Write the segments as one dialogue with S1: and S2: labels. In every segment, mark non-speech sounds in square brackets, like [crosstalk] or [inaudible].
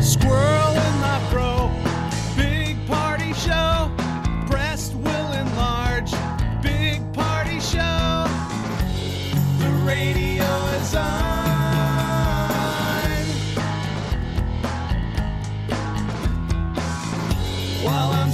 S1: Squirrel in my bro, big party show. Breast will enlarge, big party show. The radio is on. While I'm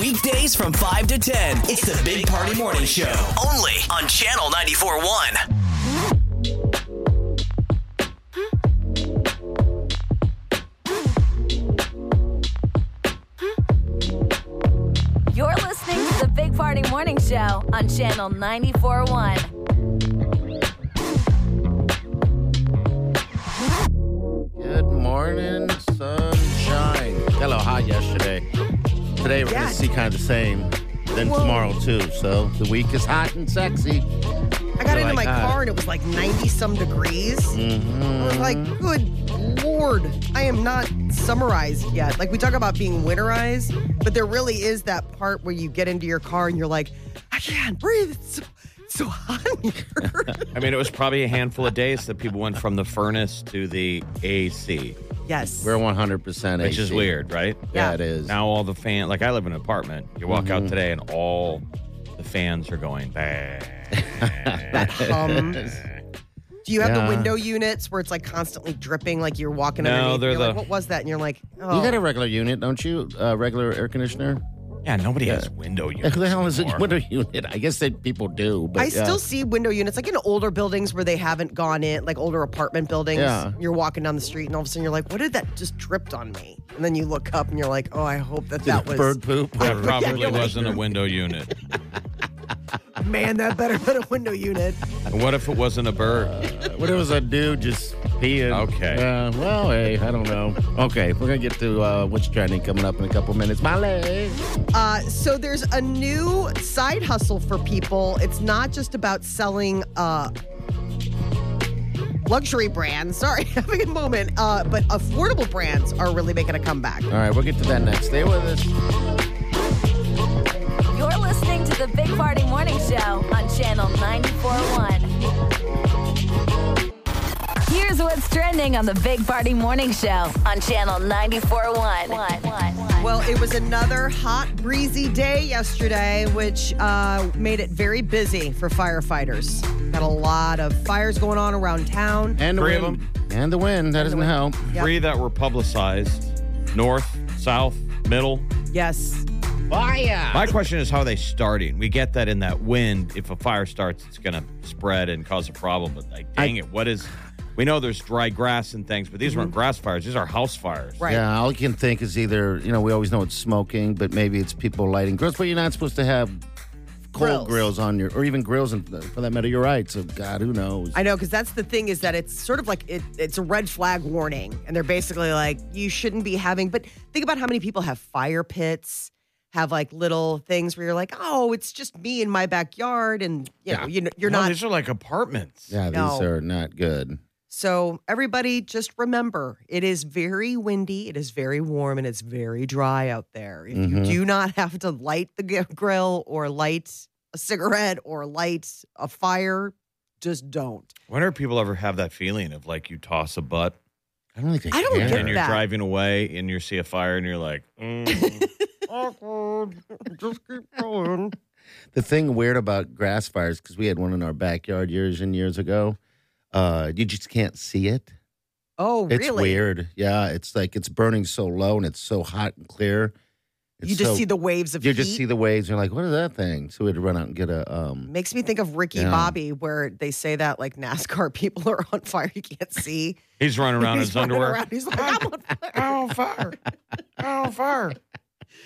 S2: Weekdays from 5 to 10. It's the Big Party Morning Show. Only on Channel 94.1.
S3: You're listening to the Big Party Morning Show on Channel 94.1.
S4: Good morning, sunshine. Hello, hot yesterday. Today we're gonna see kind of the same. Then tomorrow too. So the week is hot and sexy.
S5: I got
S4: You're
S5: into
S4: like,
S5: my
S4: "Ah." Mm-hmm.
S5: car and it was like 90 some degrees. I was like, good lord, I am not summarized yet. Like, we talk about being winterized, but there really is that part where you get into your car and you're like, I can't breathe. It's so, it's so hot [laughs] in here.
S6: I mean, it was probably a handful of days that people went from the furnace to the AC,
S5: yes.
S4: We're 100%
S6: which is
S4: AC.
S6: weird, right?
S4: Yeah, Mm-hmm.
S5: Yeah.
S4: it is.
S6: Now all the fan, like I live in an apartment. You walk out today and all the fans are going.
S4: [laughs]
S6: "Bah."
S5: Um, do you have
S4: Yeah.
S5: the window units where it's like constantly dripping, like you're walking
S6: No,
S5: underneath?
S6: they're
S5: you're like,
S6: the-
S5: what was that? And you're like, oh.
S4: you got a regular unit, don't you? Uh, regular air conditioner?
S6: yeah, nobody has window
S4: Who
S6: units.
S4: the hell is a
S6: anymore.
S4: window unit? I guess that people do, but
S5: I
S4: yeah.
S5: still see window units like in older buildings where they haven't gone in, like older apartment buildings.
S4: Yeah.
S5: You're walking down the street and all of a sudden you're like, what did that just dripped on me? And then you look up and you're like, oh, I hope that that was.
S4: bird poop.
S6: There
S4: [laughs]
S6: probably wasn't a window unit.
S5: [laughs] Man, that better than a window unit.
S6: And What if it wasn't a bird?
S4: What it was a dude just peeing.
S6: Okay.
S4: Uh, well, hey, I don't know. Okay, we're gonna get to uh, what's trending coming up in a couple minutes. My leg.
S5: Uh, so there's a new side hustle for people. It's not just about selling uh, luxury brands. Sorry, [laughs] having a moment. Uh, but affordable brands are really making a comeback.
S4: All right, we'll get to that next. Stay with us.
S3: You're listening to the Big Party Morning Show on Channel 94.1. Here's what's trending on the Big Party Morning Show on Channel 94.1.
S5: Well, it was another hot, breezy day yesterday, which uh, made it very busy for firefighters. Got a lot of fires going on around town.
S4: And the
S6: Three of
S4: wind. And the wind. That doesn't help.
S5: Yep.
S6: Three that were publicized: north, south, middle.
S5: Yes.
S4: Fire.
S6: My question is, how are they starting? We get that in that wind. If a fire starts, it's going to spread and cause a problem. But like, dang it, what is? We know there's dry grass and things, but these weren't grass fires. These are house fires.
S5: Mm-hmm. Right.
S4: Yeah, all you can think is either you know we always know it's smoking, but maybe it's people lighting grills. But you're not supposed to have coal grills,
S5: Grills.
S4: on your, or even grills, and uh, for that matter, you're right. So God, who knows?
S5: I know, because that's the thing is that it's sort of like it, it's a red flag warning. And they're basically like, you shouldn't be having, but think about how many people have fire pits, have like little things where you're like, oh, it's just me in my backyard. And, you know, you know you're
S6: No,
S5: not.
S6: These are like apartments.
S4: yeah, these
S5: No.
S4: are not good.
S5: So, everybody, just remember it is very windy, it is very warm, and it's very dry out there. If
S4: Mm-hmm.
S5: you do not have to light the g- grill or light a cigarette or light a fire, just don't.
S6: Wonder if people ever have that feeling of like you toss a butt
S4: I don't think they
S5: I don't
S4: care.
S5: get
S6: and you're
S5: that.
S6: driving away
S5: [laughs]
S6: and you see a fire and you're like, mm, awkward. Just keep going.
S4: The thing weird about grass fires, because we had one in our backyard years and years ago, uh, you just can't see it.
S5: Oh,
S4: It's
S5: really?
S4: weird. Yeah, it's like it's burning so low and it's so hot and clear. It's
S5: You just
S4: so-
S5: see the waves of
S4: you
S5: heat.
S4: just see the waves. You're like, what is that thing? So we had to run out and get a um.
S5: Makes me think of Ricky
S4: Yeah.
S5: Bobby, where they say that like NASCAR [laughs] people are on fire. You can't see.
S6: He's running around in
S5: He's
S6: his
S5: running
S6: underwear.
S5: around, He's like, I'm on fire.
S7: I'm on fire. I'm on fire.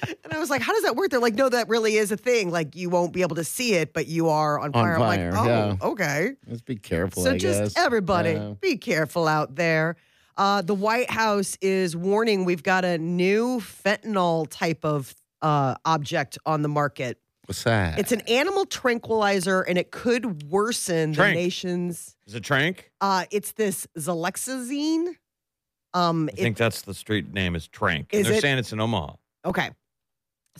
S5: And I was like, how does that work? They're like, no, that really is a thing. Like, you won't be able to see it, but you are on fire. I'm
S4: fire,
S5: like, oh,
S4: yeah.
S5: okay.
S4: Let's be careful.
S5: So
S4: I
S5: just
S4: guess.
S5: everybody,
S4: Yeah.
S5: be careful out there. Uh, the White House is warning we've got a new fentanyl type of uh, object on the market.
S4: What's that?
S5: It's an animal tranquilizer, and it could worsen
S6: Trank.
S5: the nation's.
S6: Is it Trank?
S5: Uh, it's this Zalexazine. Um,
S6: I
S5: it,
S6: think that's the street name is Trank.
S5: Is
S6: and they're
S5: it?
S6: saying it's in Omaha.
S5: okay.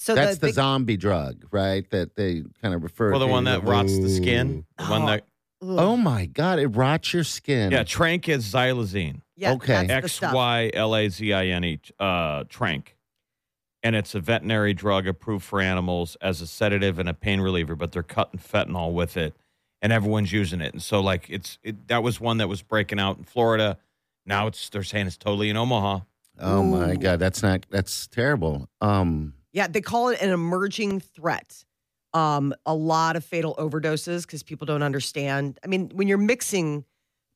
S5: So
S4: That's
S5: the,
S4: the,
S5: big-
S4: zombie drug, right? That they kind of refer.
S6: Well, the
S4: to
S6: one
S4: as-
S6: that rots the skin. The one
S5: Oh.
S6: that
S5: Ugh.
S4: Oh my God! It rots your skin.
S6: yeah, Trank is xylazine.
S5: yeah,
S4: okay.
S5: that's the
S6: X
S5: stuff.
S6: Y L A Z I N E. Uh, Trank, and it's a veterinary drug approved for animals as a sedative and a pain reliever. But they're cutting fentanyl with it, and everyone's using it. And so, like, it's it, that was one that was breaking out in Florida. Now it's they're saying it's totally in Omaha.
S4: Oh my God! That's not. That's terrible. Um.
S5: Yeah, they call it an emerging threat. Um, a lot of fatal overdoses because people don't understand. I mean, when you're mixing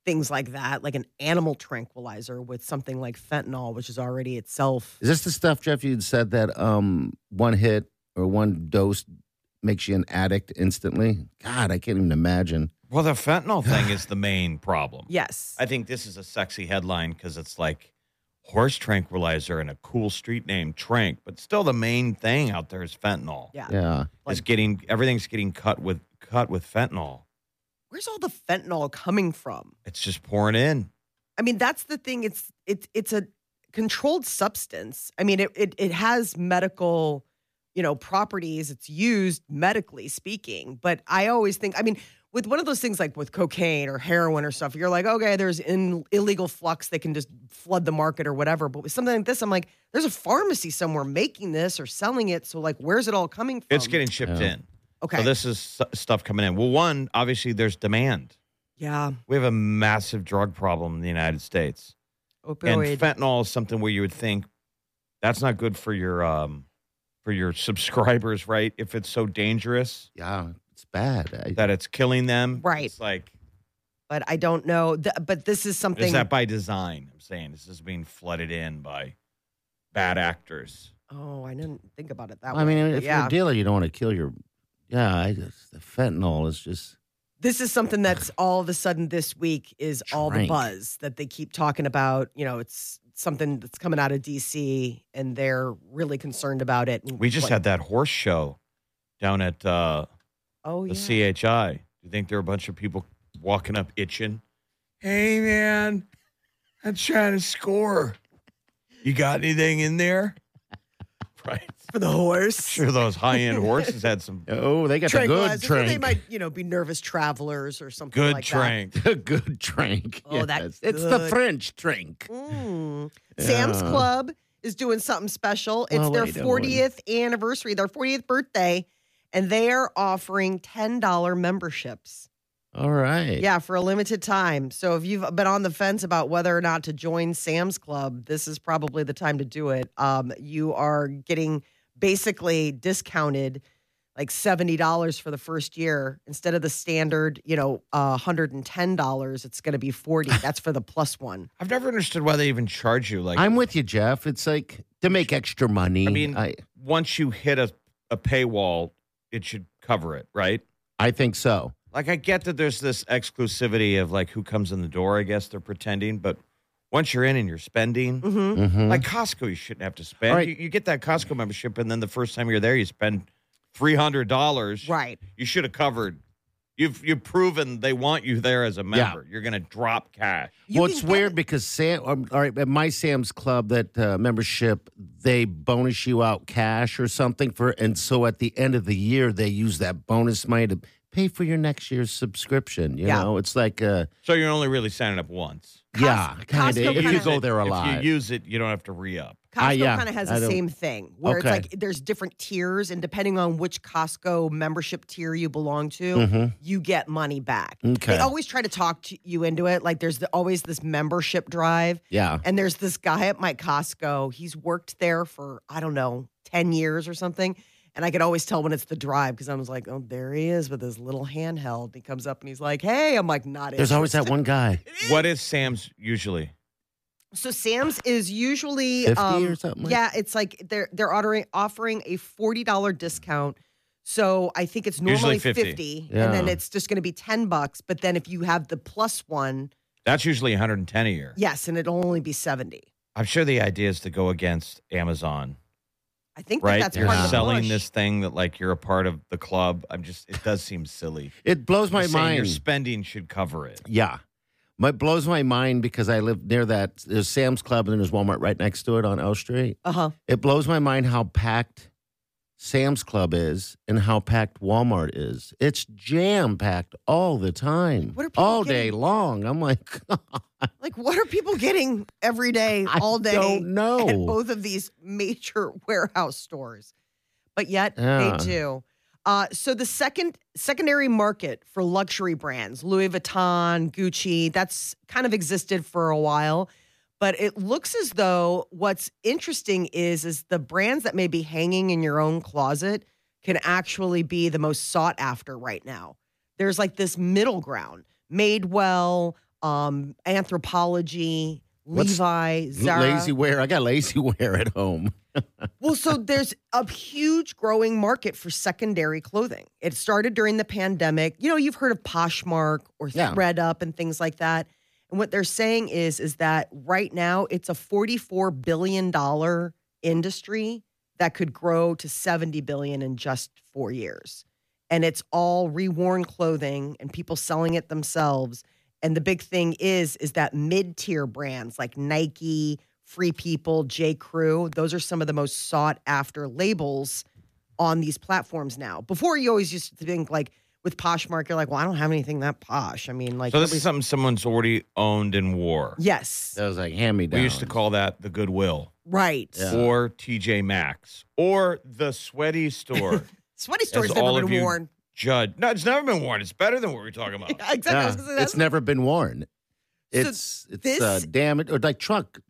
S5: things like that, like an animal tranquilizer with something like fentanyl, which is already itself.
S4: Is this the stuff, Jeff? You'd said that um, one hit or one dose makes you an addict instantly. God, I can't even imagine.
S6: Well, the fentanyl thing is the main problem.
S5: [sighs] Yes.
S6: I think this is a sexy headline because it's like horse tranquilizer and a cool street name, Trank. But still, the main thing out there is fentanyl.
S5: yeah.
S4: Yeah,
S6: is getting everything's getting cut with cut with fentanyl.
S5: Where's all the fentanyl coming from?
S6: It's just pouring in.
S5: I mean, that's the thing. It's it's it's a controlled substance. I mean, it it, it has medical, you know, properties. It's used medically speaking. But I always think, I mean, with one of those things like with cocaine or heroin or stuff, you're like, okay, there's in illegal flux. They can just flood the market or whatever. But with something like this, I'm like, there's a pharmacy somewhere making this or selling it. So like, where's it all coming from?
S6: It's getting shipped
S4: Yeah.
S6: in.
S5: Um, okay.
S6: So this is s- stuff coming in. Well, one obviously there's demand.
S5: yeah,
S6: We have a massive drug problem in the United States, and
S5: opioid.
S6: fentanyl is something where you would think that's not good for your um for your [laughs] subscribers, right? If it's so dangerous
S4: yeah, it's bad. I,
S6: that it's killing them,
S5: Right.
S6: It's like
S5: but I don't know. Th- but this is something.
S6: is that by design? I'm saying this is being flooded in by bad actors.
S5: oh, I didn't think about it that way.
S4: I mean,
S5: but
S4: if you're
S5: yeah.
S4: a dealer, you don't want to kill your. Yeah, I just, the fentanyl is just.
S5: this is something that's all of a sudden this week is all the
S4: Drink.
S5: buzz that they keep talking about. You know, it's something that's coming out of DC and they're really concerned about it. And
S6: We just
S5: what-
S6: had that horse show down at uh,
S5: oh
S6: the
S5: yeah.
S6: CHI. Do you think there are a bunch of people walking up itching?
S7: Hey, man. I'm trying to score.
S6: You got anything in there? [laughs] right.
S5: for the horse.
S6: Sure, those high end horses
S5: [laughs]
S6: had some
S4: Oh, they got the good
S5: Tranquilizers, or They
S4: drink.
S5: might, you know, be nervous travelers or something
S6: good
S5: like
S6: drink.
S4: [laughs] The good drink.
S5: Oh, that
S4: yes. it's the
S5: good-
S4: French drink.
S5: that. Mm. Sam's
S4: Yeah.
S5: Club is doing something special. It's
S4: Well,
S5: their
S4: wait a
S5: 40th anniversary, their 40th birthday, and they are offering $10 memberships.
S4: All right.
S5: Yeah, for a limited time. So if you've been on the fence about whether or not to join Sam's Club, this is probably the time to do it. Um, you are getting basically discounted like $70 for the first year instead of the standard, you know, uh, $110, it's going to
S4: [laughs]
S5: be 40. That's for the plus one.
S6: I've never understood why they even charge you. Like,
S4: I'm with you, Jeff. It's like to make extra money.
S6: I mean, once you hit a, a paywall, it should cover it, right?
S4: I think so.
S6: Like, I get that there's this exclusivity of like who comes in the door, I guess they're pretending, but once you're in and you're spending,
S5: Mhm.
S4: Mhm.
S6: Like Costco, you shouldn't have to spend.
S4: All right.
S6: You, you get that Costco membership, and then the first time you're there, you spend three hundred dollars.
S5: Right.
S6: You should have covered. You've you've proven they want you there as a member. You're going to drop cash.
S5: You
S4: well,
S5: can
S4: it's
S5: get
S4: weird
S5: it.
S4: because Sam. um, All right, at my Sam's Club, that uh, membership, they bonus you out cash or something for, and so at the end of the year, they use that bonus money to pay for your next year's subscription. You
S5: Yeah.
S4: know, it's like, uh,
S6: So you're only really signing up once.
S4: yeah, kind
S5: Costco
S4: of. If you
S5: kinda-
S4: go there a
S6: if
S4: lot,
S6: you use it, you don't have to re up.
S5: Costco
S4: Ah, yeah.
S5: kind of has
S4: I
S5: the
S4: don't-
S5: same thing where
S4: Okay.
S5: it's like there's different tiers, and depending on which Costco membership tier you belong to,
S4: Mm-hmm.
S5: you get money back.
S4: Okay.
S5: They always try to talk to you into it. Like there's the, always this membership drive.
S4: Yeah.
S5: And there's this guy at my Costco. He's worked there for, I don't know, 10 years or something. And I could always tell when it's the drive because I was like, oh, there he is with his little handheld. He comes up and he's like, hey, I'm like, not
S4: There's always that one guy,
S6: What is Sam's usually?
S5: So Sam's is usually
S4: 50
S5: um,
S4: or something like-
S5: yeah, it's like they're they're ordering, offering a forty dollar discount. So I think it's normally
S6: Usually 50.
S5: and then
S4: Yeah.
S5: it's just going to be ten bucks. But then if you have the plus one,
S6: That's usually 110 a year.
S5: yes, and it'll only be seventy.
S6: I'm sure the idea is to go against Amazon,
S5: I think that
S6: right?
S5: that's
S6: You're
S5: part of the
S6: selling
S5: push.
S6: this thing that like you're a part of the club. I'm just it does seem silly.
S4: it blows my
S6: You're saying Your
S4: mind.
S6: spending should cover it.
S4: Yeah. My blows my mind because I live near that. There's Sam's Club and then there's Walmart right next to it on L Street.
S5: Uh huh.
S4: It blows my mind how packed Sam's Club is and how packed Walmart is. It's jam packed all the time,
S5: What are people
S4: all day
S5: getting?
S4: long. I'm like, [laughs]
S5: Like, what are people getting every day,
S4: I
S5: all day?
S4: don't know.
S5: at both of these major [laughs] warehouse stores, but yet
S4: Yeah.
S5: they do. Uh, so the second secondary market for luxury brands, Louis Vuitton, Gucci, that's kind of existed for a while, but it looks as though what's interesting is is the brands that may be hanging in your own closet can actually be the most sought after right now. There's like this middle ground, Madewell, um, Anthropology,
S4: What's-
S5: Levi, Zara.
S4: lazy wear. I got lazy [laughs] wear at home.
S5: Well, so there's a huge growing market for secondary clothing. It started during the pandemic. You know, you've heard of Poshmark or
S4: Yeah.
S5: ThreadUp and things like that. And what they're saying is is that right now it's a 44 billion dollar industry that could grow to 70 billion in just 4 years. And it's all reworn clothing and people selling it themselves. And the big thing is is that mid-tier brands like Nike, Free People, J. Crew, those are some of the most sought after labels on these platforms now. Before you always used to think like with Poshmark, you're like, well, I don't have anything that posh. I mean, like
S6: So this
S5: every-
S6: is something someone's already owned and wore.
S5: yes,
S4: That was like hand me down.
S6: We used to call that the Goodwill
S5: right.
S4: Yeah.
S6: or TJ Maxx or the
S5: [laughs]
S6: sweaty store.
S5: Sweaty
S6: As
S5: store's
S6: all
S5: never
S6: of
S5: been
S6: you-
S5: worn. [laughs]
S6: Judge. No, it's never been worn. It's better than what we're talking about.
S5: Yeah, exactly. [laughs] I
S4: Yeah,
S5: was gonna say, that's
S4: it's never been worn.
S5: So
S4: It's it's
S5: this-
S4: uh, damaged or like truck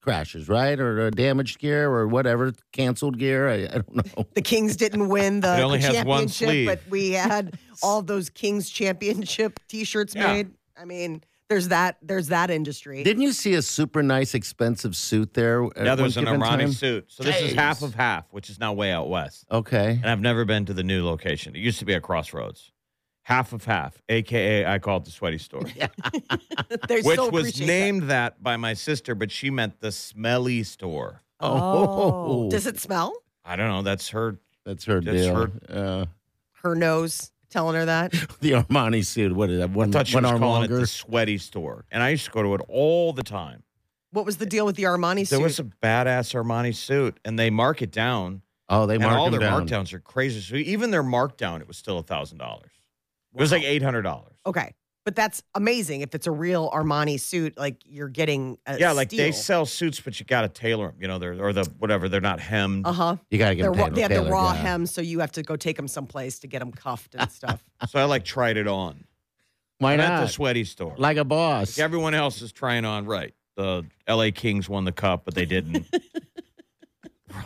S4: crashes, right? Or uh, damaged gear or whatever, canceled gear. I, I don't know.
S5: [laughs] the Kings didn't win the
S6: [laughs] It only has one
S5: championship,
S6: sleeve.
S5: but
S6: [laughs]
S5: we had all those Kings championship T-shirts
S6: Yeah.
S5: made. I mean, there's that. There's that industry. [laughs]
S4: Didn't you see a super nice, expensive suit there? at
S6: Now there's
S4: one
S6: an
S4: given
S6: Irani
S4: time?
S6: suit. So this is
S4: Jeez.
S6: half of half, which is now way out west.
S4: Okay.
S6: And I've never been to the new location. It used to be at Crossroads. Half of half, aka I call it the
S5: [laughs]
S6: sweaty store.
S5: They
S6: Which
S5: so
S6: was
S5: appreciate
S6: named that. by my sister, but she meant the smelly store.
S5: That. Oh. Does it smell?
S6: I don't know. That's her.
S4: That's her
S6: That's
S4: deal.
S6: her-
S4: Uh,
S5: Her nose telling her
S6: [laughs]
S5: that.
S4: the Armani suit. What is that? One,
S6: I thought she
S4: one
S6: was
S4: arm
S6: calling it
S4: Mm, longer.
S6: the sweaty store. And I used to go to it all the time.
S5: What was the deal with the Armani
S6: There
S5: suit?
S6: was a badass Armani suit, and they mark it down.
S4: Oh, they
S6: and
S4: marked
S6: all
S4: them
S6: their
S4: down.
S6: markdowns are crazy. So even their markdown, it was still a thousand dollars. It was like eight hundred dollars.
S5: okay, but that's amazing. If it's a real Armani suit, like you're getting a
S6: Yeah, like they
S5: steal.
S6: sell suits, but you got to tailor them. You know, they're or the whatever. They're not hemmed.
S5: Uh huh.
S4: You gotta get
S5: They're,
S4: them
S5: raw-
S4: tailored,
S5: they have the
S4: tailored,
S5: raw
S4: yeah.
S5: hem, so you have to go take them someplace to get them cuffed
S4: [laughs]
S5: and stuff.
S6: So I like tried it on.
S4: Why
S6: I'm At the
S4: not?
S6: sweaty store.
S4: Like a boss.
S6: Like, everyone else is trying on right. The L.A. Kings won the cup, but
S5: [laughs]
S6: they didn't.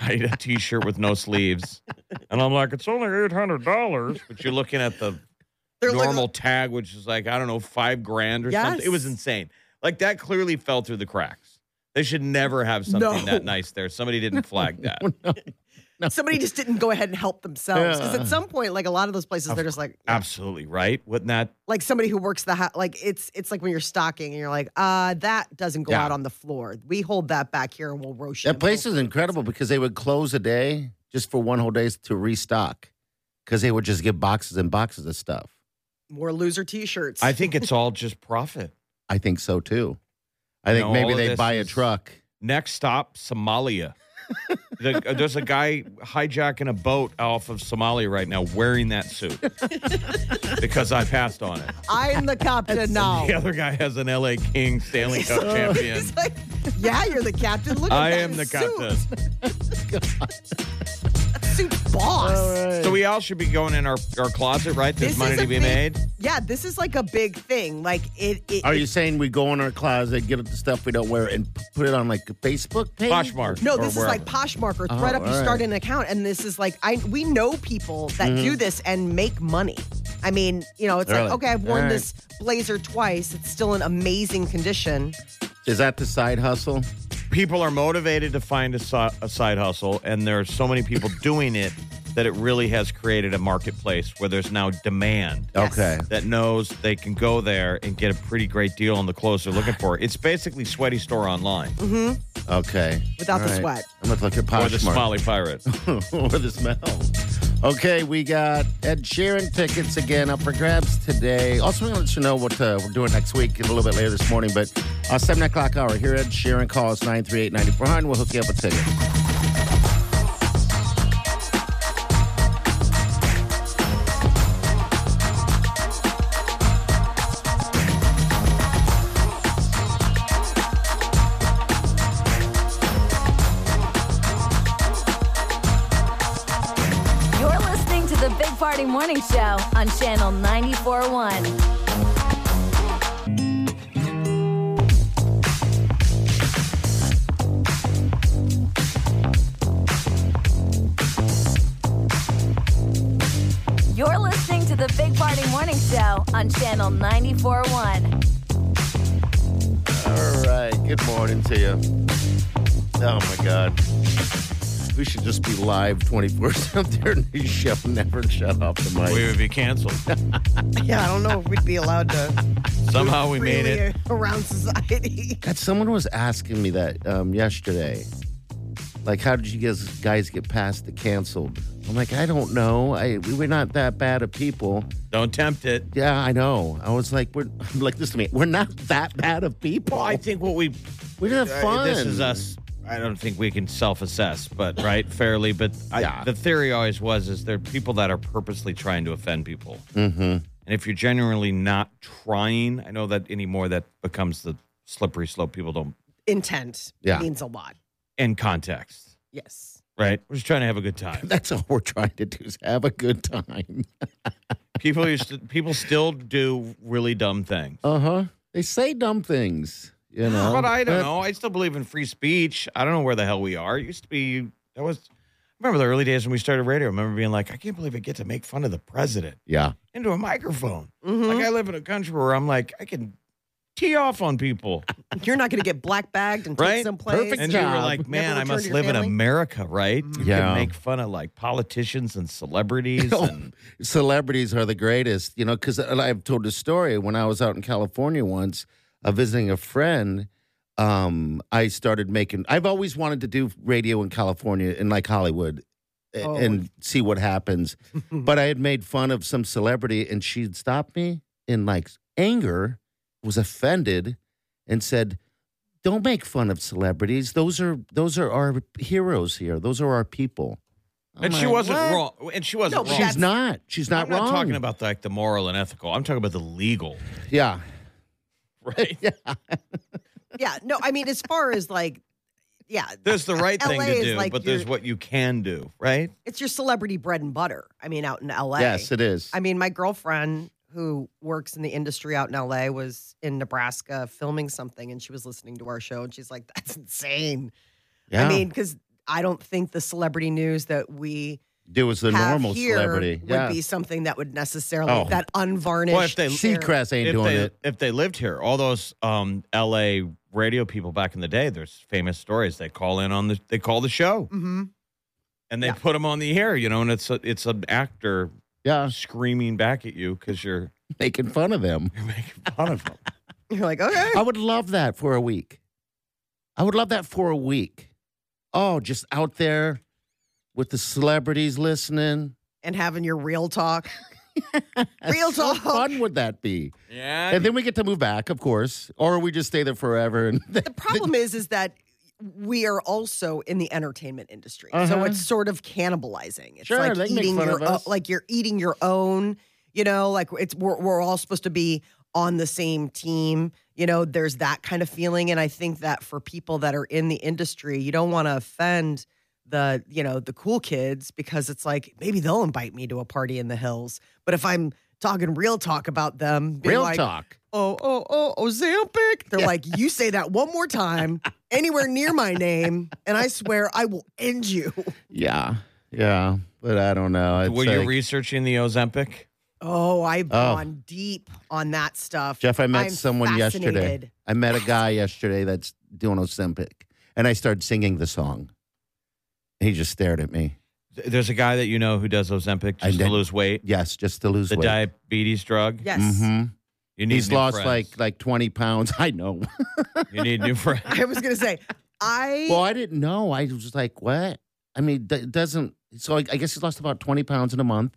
S6: right, a T-shirt with no sleeves, and I'm like, it's only eight hundred dollars. But you're looking at the
S5: They're like- uh,
S6: normal tag, which is like I don't know, five grand or something. It was
S5: Yes.
S6: insane. Like that clearly fell through the cracks. They should never have something
S5: No.
S6: that nice there.
S5: [laughs]
S6: Somebody didn't flag that.
S5: Somebody just didn't go ahead and help themselves because
S4: Yeah.
S5: at some point, like a lot of those places, they're just like,
S6: Uh, Absolutely right. Wouldn't that?
S5: like somebody who works the house, like it's it's like when you're stocking and you're like, uh, that doesn't go
S4: Yeah.
S5: out on the floor. We hold that back here and we'll roast you.
S4: That place is incredible because they would close a day just for one whole day to restock because they would just get boxes and boxes of stuff.
S5: more loser T-shirts.
S6: I think it's all just profit.
S4: I think so too. I
S6: You
S4: think
S6: know, all
S4: maybe
S6: of
S4: they
S6: this
S4: buy
S6: is-
S4: a truck.
S6: Next stop, Somalia. The, uh, there's a guy hijacking a boat off of Somalia right now wearing that
S5: [laughs]
S6: suit because I passed on it.
S8: I'm
S6: [laughs]
S8: the captain
S5: Oh.
S8: now.
S6: The other guy has an LA King Stanley Cup champion.
S5: [laughs] It's like, yeah, you're the captain. Look at
S6: I
S5: that
S6: am the
S5: suit.
S6: captain.
S5: Suit boss.
S6: So we all should be going in our, our closet, right? There's money
S5: is
S6: to
S5: a
S6: be
S5: big-
S6: made.
S5: Yeah, this is like a big thing. Like it. it
S4: Are you saying we go in our closet, get the stuff we don't wear, and p- put it on like a Facebook page?
S6: Poshmark.
S5: No,
S6: or
S5: this is like
S6: wherever.
S5: Poshmark or
S4: Oh,
S5: ThreadUp.
S4: all
S5: You
S4: right.
S5: start an account, and this is like I we know people that
S6: Mm-hmm.
S5: do this and make money. I mean, you know, it's
S4: Really?
S5: like okay, I've worn
S4: All right.
S5: this blazer twice. It's still in amazing condition. [laughs]
S4: Is that the side hustle?
S6: people are motivated to find a, si- a side hustle, and there are so many people doing it that it really has created a marketplace where there's now demand
S4: Okay.
S6: that knows they can go there and get a pretty great deal on the clothes they're looking for. It's basically sweaty store online
S4: Okay.
S5: Without the
S4: All
S5: sweat.
S4: I'm going to look at
S6: or the
S4: Poshmark.
S6: Smiley Pirate.
S4: [laughs] Or the, smell. Okay, we got Ed Sheeran tickets again up for grabs today. Also, we're going to let you know what uh, we're doing next week and a little bit later this morning. But uh, 7 o'clock hour here, Ed Sheeran. Call us 938 9400. We'll hook you up a ticket.
S3: You're listening to the Big Party Morning Show on Channel 94.1. You're listening to the Big Party Morning Show on Channel 94.1.
S4: All right. Good morning to you. Oh my God. We should just be live 24 [laughs] 7 there in this show. Never shut off the mic.
S6: [laughs] we would be [laughs] canceled.
S5: Yeah, I don't know if we'd be allowed
S6: [laughs]
S5: to
S6: Somehow we made
S5: freely
S6: it.
S5: [laughs] around society. [laughs]
S4: God, someone was asking me that um, yesterday. Like, how did you guys guys get past the canceled? I'm like, I don't know. I we were not that bad of people.
S6: Don't tempt it.
S4: Yeah, I know. I was like, we're [laughs] I'm like this to me. We're not that bad of people.
S6: Well, I think what we
S4: we did have
S6: Uh,
S4: fun.
S6: This is us. I don't think we can self-assess, but right fairly. But I,
S4: Yeah.
S6: the theory always was is there are people that are purposely trying to offend people, mm-hmm. and if you're genuinely not trying, I know that anymore that becomes the slippery slope. People don't
S5: Intent
S4: Yeah.
S5: means a lot.
S6: in context,
S5: Yes.
S6: right? We're just trying to have a good [laughs] time.
S4: That's all we're trying to do is have a good time.
S6: people used to, people still do really dumb things.
S4: Uh huh. They say dumb things, you know.
S6: But I don't know. I still believe in free speech. I don't know where the hell we are. It used to be that was. I remember the early days when we started radio. I remember being like, I can't believe I get to make fun of the president.
S4: Yeah.
S6: into a microphone.
S5: Mhm.
S6: Like I live in a country where I'm like I can tee off on people,
S5: You're not going to get black bagged and take
S6: right?
S5: someplace.
S6: And you
S4: job.
S6: were like, man, I
S5: return
S6: must
S5: to your
S6: live in
S5: family."
S6: America, right? You
S4: Yeah.
S6: can make fun of like politicians and celebrities.
S4: Oh,
S6: and
S4: celebrities are the greatest, you know, because I've told the story when I was out in California once, uh, visiting a friend. Um, I started making. I've always wanted to do radio in California, in like Hollywood, a-
S5: Oh.
S4: and see what happens. but I had made fun of some celebrity, and she'd stopped me in like anger, was offended, and said, "Don't make fun of celebrities. Those are those are our heroes here. Those are our people." I'm
S6: and she
S4: like,
S6: wasn't
S4: "What?"
S6: wrong. And she wasn't
S5: No,
S6: wrong.
S4: She's not. She's not
S6: I'm
S4: wrong.
S6: not talking about like the moral and ethical. I'm talking about the legal,
S4: Yeah.
S6: right?
S5: Yeah. No, I mean, as far as like, yeah,
S6: There's the right thing
S5: LA
S6: to
S5: is
S6: do,
S5: like
S6: but there's
S5: your-
S6: what you can do, right?
S5: it's your celebrity bread and butter. I mean, out in LA.
S4: Yes, it is.
S5: I mean, my girlfriend who works in the industry out in LA was in Nebraska filming something and she was listening to our show and she's like, [laughs] that's insane.
S4: yeah.
S5: I mean, because I don't think the celebrity news that we
S4: do as the
S5: have
S4: normal
S5: here
S4: celebrity.
S5: would
S4: Yeah.
S5: be something that would necessarily,
S4: Oh.
S5: that unvarnished.
S6: Well, if they-
S4: Seacrest ain't
S6: if
S4: doing
S6: they,
S4: it.
S6: If they lived here, all those um, L.A. radio people back in the day, there's famous stories. They call in on the they call the show
S4: Mm-hmm.
S5: Mhm.
S6: and they
S5: Yeah.
S6: put them on the air, you know, and it's a, it's an actor
S4: Yeah. [laughs]
S6: screaming back at you because you're [laughs]
S4: Making fun of them.
S6: you're making fun of them.
S5: [laughs] You're like, okay.
S4: I would love that for a week. I would love that for a week. Oh, just out there with the celebrities listening.
S5: And having your real talk.
S4: Real
S5: talk.
S4: How fun would that be?
S6: Yeah,
S4: And [laughs] then we get to move back, of course, or we just stay there forever. And
S5: The problem is, is that we are also in the entertainment industry, so
S4: Uh-huh.
S5: it's sort of cannibalizing. It's
S4: Sure,
S5: like
S4: they can make
S5: eating
S4: fun
S5: your
S4: of
S5: o-
S4: us.
S5: like you're eating your own. You know, like it's we're we're all supposed to be on the same team. You know, there's that kind of feeling, and I think that for people that are in the industry, you don't want to offend the you know the cool kids because it's like maybe they'll invite me to a party in the hills, but if I'm talking real talk about them, being
S4: Real
S5: like,
S4: talk.
S5: oh, oh, oh, Ozempic. They're like, you say that one more time anywhere near my name, and I swear I will end you.
S4: Yeah. Yeah. But I don't know. It's
S6: Were you
S4: like-
S6: researching the Ozempic?
S5: Oh, I've
S4: Oh.
S5: gone deep on that stuff.
S4: Jeff, I met
S5: I'm
S4: someone yesterday.
S5: fascinated.
S4: I met a guy yesterday that's doing Ozempic, and I started singing the song. He just stared at me.
S6: Th- There's a guy that you know who does Ozempic
S4: I
S6: just to
S4: did.
S6: lose weight,
S4: Yes, just to lose
S6: the
S4: weight.
S6: diabetes drug.
S5: Yes.
S4: hmm
S6: You need
S4: He's
S6: new
S4: lost
S6: friends.
S4: like [laughs] like twenty pounds. I know.
S6: you need new friends.
S5: I was going to say, I.
S4: well, I didn't know. I was just like, what? I mean, it doesn't. So I, I guess he's lost about twenty pounds in a month.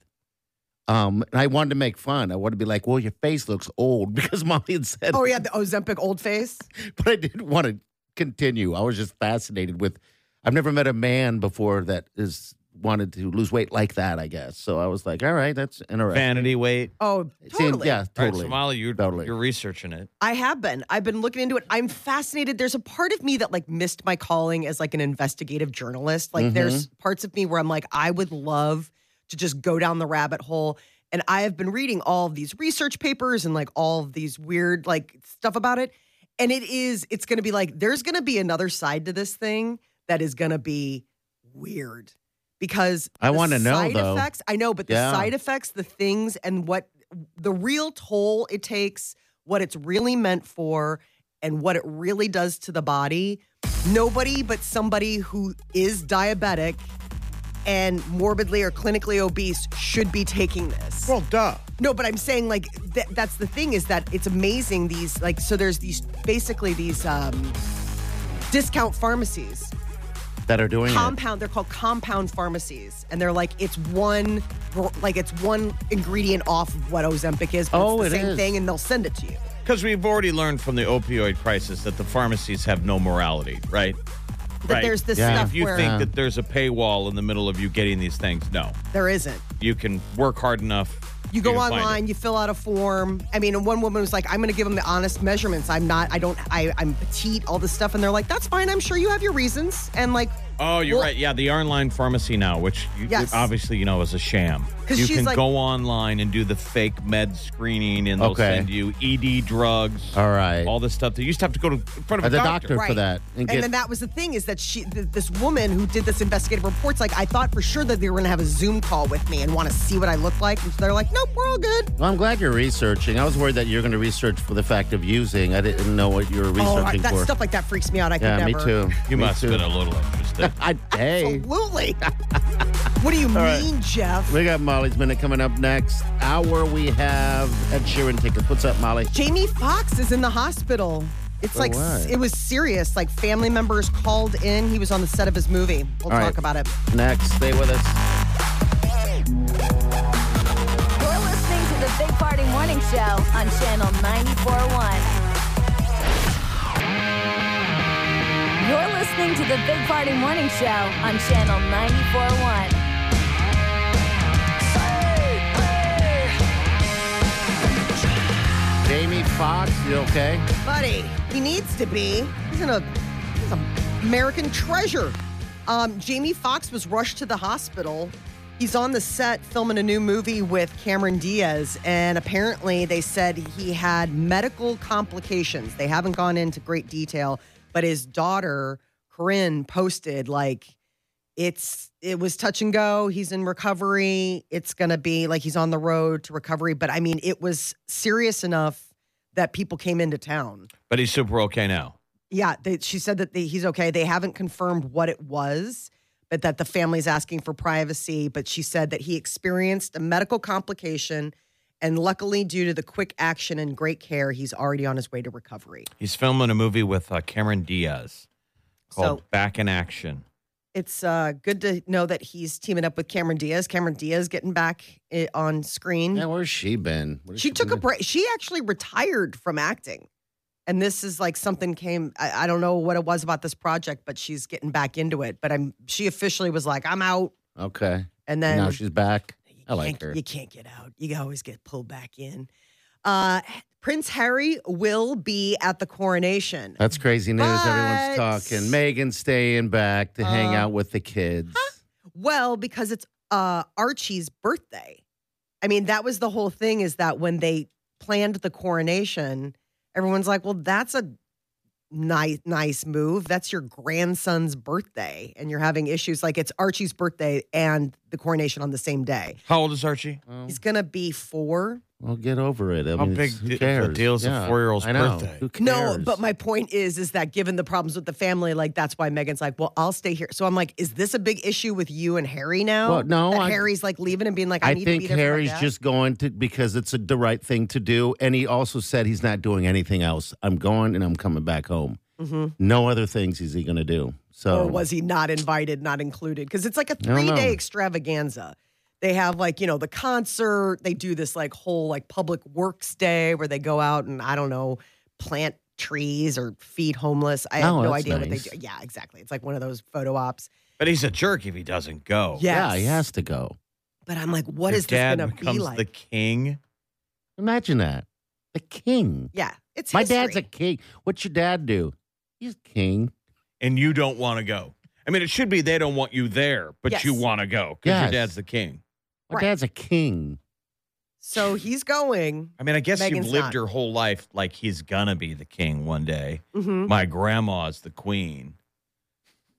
S4: Um, and I wanted to make fun. I wanted to be like, well, your face looks old [laughs] because Molly had said.
S5: Oh, yeah, the Ozempic old face.
S4: [laughs] but I didn't want to continue. I was just fascinated with. I've never met a man before that is wanted to lose weight like that. I guess so. I was like, all right, that's interesting.
S6: Vanity weight.
S5: Oh,
S4: It seemed-
S5: totally.
S4: yeah,
S6: All right,
S4: totally.
S6: so Molly, you're,
S4: Totally.
S6: you're researching it.
S5: I have been. I've been looking into it. I'm fascinated. There's a part of me that like missed my calling as like an investigative journalist. Like there's
S4: Mm-hmm.
S5: parts of me where I'm like I would love to just go down the rabbit hole and I have been reading all of these research papers and like all of these weird like stuff about it and it is it's going to be like there's going to be another side to this thing that is going to be weird because
S4: I
S5: the
S4: wanna know,
S5: side
S4: though.
S5: effects I know but the
S4: Yeah.
S5: side effects the things and what the real toll it takes what it's really meant for and what it really does to the body. Nobody but somebody who is diabetic and morbidly or clinically obese should be taking this.
S7: Well, duh.
S5: No, but I'm saying like th- that's the thing is that it's amazing these like so there's these basically these um discount pharmacies
S4: that are doing
S5: compound they're called compound pharmacies and they're like it's one like it's one ingredient off of what Ozempic is but
S4: Oh,
S5: it's the
S4: it
S5: same
S4: is.
S5: thing and they'll send it to you.
S6: Because we've already learned from the opioid crisis that the pharmacies have no morality, right?
S5: That there's this
S4: Yeah.
S5: stuff
S6: If you
S5: where
S6: think that there's a paywall in the middle of you getting these things, no.
S5: there isn't.
S6: You can work hard enough.
S5: You go
S6: can find it.
S5: online, you fill out a form. I mean, and one woman was like, "I'm going to give them the honest measurements. I'm not. I don't. I, I'm petite. All this stuff." And they're like, "That's fine. I'm sure you have your reasons." And like,
S6: Oh, you're
S5: Well-
S6: right. Yeah, the online pharmacy now, which you,
S5: Yes.
S6: obviously you know is a sham.
S5: 'Cause
S6: You
S5: she's
S6: can
S5: like-
S6: go online and do the fake med screening, and they'll
S4: Okay.
S6: send you ED drugs,
S4: it. All right,
S6: all this stuff. That you used to have to go to in front
S4: Or
S6: of a
S4: the
S6: doctor.
S4: doctor for
S5: Right.
S4: that, and,
S5: and
S4: get
S5: then that was the thing is that she, th- this woman who did this investigative report's like, I thought for sure that they were going to have a Zoom call with me and want to see what I look like. And so they're like, "Nope, we're all good."
S4: Well, I'm glad you're researching. I was worried that you're going to research for the fact of using. I didn't know what you were
S5: Oh, I-
S4: researching
S5: that
S4: for.
S5: stuff like that freaks me out. I could
S4: yeah,
S5: never.
S4: me too.
S6: You
S4: Me
S6: must
S4: too.
S6: have been a little
S4: [laughs]
S6: interested.
S4: I, hey,
S5: Absolutely. [laughs] what do you mean, Jeff?
S4: we got Molly's minute coming up next. Hour we have Ed Sheeran tickets. What's up, Molly?
S5: Jamie Foxx is in the hospital. It's
S4: For
S5: like
S4: what?
S5: it was serious. Like family members called in. He was on the set of his movie. We'll
S4: All
S5: talk
S4: right.
S5: about it.
S4: Next, stay with us.
S3: You're listening to the Big Party Morning Show on Channel 94.1. You're listening to the Big Party Morning Show on Channel 94.1.
S4: Jamie Foxx, you okay?
S5: Buddy, he needs to be. He's in a he's an American treasure. Um, Jamie Foxx was rushed to the hospital. He's on the set filming a new movie with Cameron Diaz, and apparently they said he had medical complications. They haven't gone into great detail, but his daughter Corinne posted like it's it was touch and go. He's in recovery. It's gonna be like he's on the road to recovery. But I mean, it was serious enough that people came into town.
S6: but he's super okay now.
S5: Yeah, they, she said that they, he's okay. They haven't confirmed what it was, but that the family's asking for privacy. But she said that he experienced a medical complication, and luckily, due to the quick action and great care, he's already on his way to recovery.
S6: He's filming a movie with uh, Cameron Diaz called
S5: So-
S6: Back in Action.
S5: it's uh, good to know that he's teaming up with Cameron Diaz. Cameron Diaz getting back i- on screen.
S4: Yeah, where's she been? What has
S5: she took a
S4: been
S5: break. She actually retired from acting. And this is like something came. I, I don't know what it was about this project, but she's getting back into it. But I'm she officially was like, I'm out.
S4: Okay.
S5: And then
S4: Now she's back.
S5: you
S4: I like
S5: can't-
S4: her.
S5: You can't get out. You always get pulled back in. Uh, Prince Harry will be at the coronation.
S4: That's crazy news. Everyone's
S5: But-
S4: talking. Megan staying back to hang
S5: Uh,
S4: out with the kids.
S5: Well, because it's uh, Archie's birthday. I mean, that was the whole thing is that when they planned the coronation, everyone's like, well, that's a nice nice move. That's your grandson's birthday and you're having issues like it's Archie's birthday and the coronation on the same day.
S6: How old is Archie?
S4: Well,
S5: He's going to be 4.
S4: well, get over it. I
S6: How
S4: mean, it's-
S6: big
S4: who
S6: di-
S4: cares?
S6: the deal is a four-year-old's
S4: I know.
S6: birthday.
S4: Who cares?
S5: No, but my point is, is that given the problems with the family, like that's why Megan's like, well, I'll stay here. So I'm like, is this a big issue with you and Harry now?
S4: Well, no,
S5: that
S4: I-
S5: Harry's like leaving and being like, I,
S4: I
S5: need
S4: think
S5: to be there for my
S4: Harry's
S5: dad."
S4: just going to because it's a, the right thing to do, and he also said he's not doing anything else. I'm going and I'm coming back home. No other things is he going to do. So
S5: Mm-hmm. or was he not invited, not included? Because it's like a
S4: Oh. don't
S5: three
S4: know.
S5: day extravaganza. They have like you know the concert. They do this like whole like public works day where they go out and I don't know plant trees or feed homeless. I
S4: Oh,
S5: have no
S4: that's
S5: idea what
S4: nice.
S5: they do. Yeah, exactly. It's like one of those photo ops.
S6: But he's a jerk if he doesn't go.
S5: Yes.
S4: Yeah, he has to go.
S5: But I'm like, what
S6: Your
S5: is
S6: dad
S5: this gonna
S6: becomes
S5: be like?
S6: the king.
S4: Imagine that. The king.
S5: yeah, it's
S4: My dad's a
S5: history.
S4: king. What's your dad do? He's king.
S6: and you don't want to go. I mean, it should be they don't want you there, but
S5: Yes.
S6: you want to go because
S4: Yes.
S6: your dad's the king.
S4: My
S5: Right.
S4: dad's a king.
S5: so he's going.
S6: I mean, I guess
S5: Megan's
S6: you've lived
S5: not.
S6: your whole life like he's gonna be the king one day.
S5: Mhm.
S6: My grandma's the queen.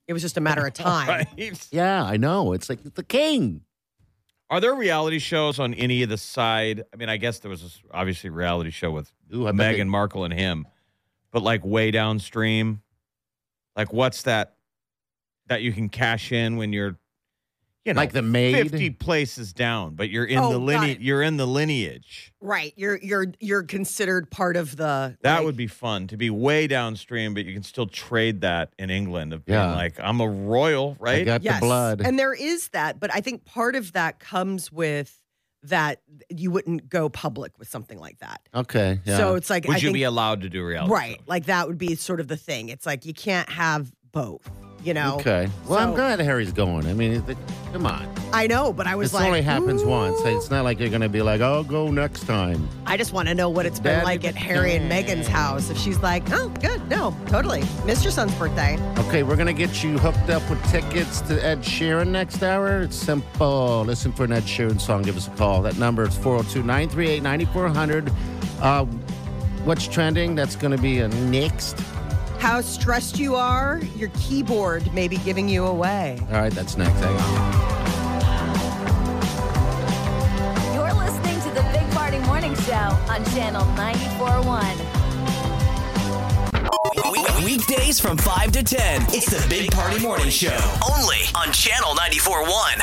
S5: It was just a matter of time.
S6: [laughs] Right?
S4: Yeah, I know. It's like the king.
S6: Are there reality shows on any of the side? I mean, I guess there was this, obviously a reality show with
S4: Ooh, I bet
S6: Meghan Markle and him, but like way downstream, like what's that that you can cash in when you're, you know,
S4: Like the maid?
S6: fifty places down, but you're in
S5: Oh,
S6: the
S5: got
S6: lineage.
S5: it.
S6: You're in the lineage.
S5: Right. You're you're you're considered part of the
S6: That
S5: like,
S6: would be fun to be way downstream, but you can still trade that in England of being
S4: Yeah.
S6: like, I'm a royal,
S4: They, I
S6: right?
S4: got
S5: yes.
S4: the blood.
S5: And there is that, but I think part of that comes with that you wouldn't go public with something like that.
S4: okay. Yeah.
S5: So it's like
S6: Would
S5: I
S6: you
S5: think
S6: be allowed to do reality?
S5: right,
S6: shows?
S5: like that would be sort of the thing. It's like you can't have both. You know,
S4: okay. Well, I'm
S5: So-
S4: glad Harry's going. I mean, it- come on.
S5: I know, but I was
S4: This
S5: like,
S4: only happens
S5: "Ooh,
S4: once. It's not like you're going to be like, "I'll go next time."
S5: I just want to know what it's been
S4: Daddy
S5: like at Harry and Meghan's house. If she's like, oh, good, no, totally, missed your son's birthday.
S4: Okay, we're going to get you hooked up with tickets to Ed Sheeran next hour. It's simple. Listen for an Ed Sheeran song. Give us a call. That number is 402-938-9400. Uh, what's trending? That's going to be a next.
S5: How stressed you are, your keyboard may be giving you away.
S4: All right, that's next. Hang on.
S3: You're listening to the Big Party Morning Show on Channel 941.
S2: We- Weekdays from 5 to 10. It's the Big Party Morning Show. Only on Channel 94.1.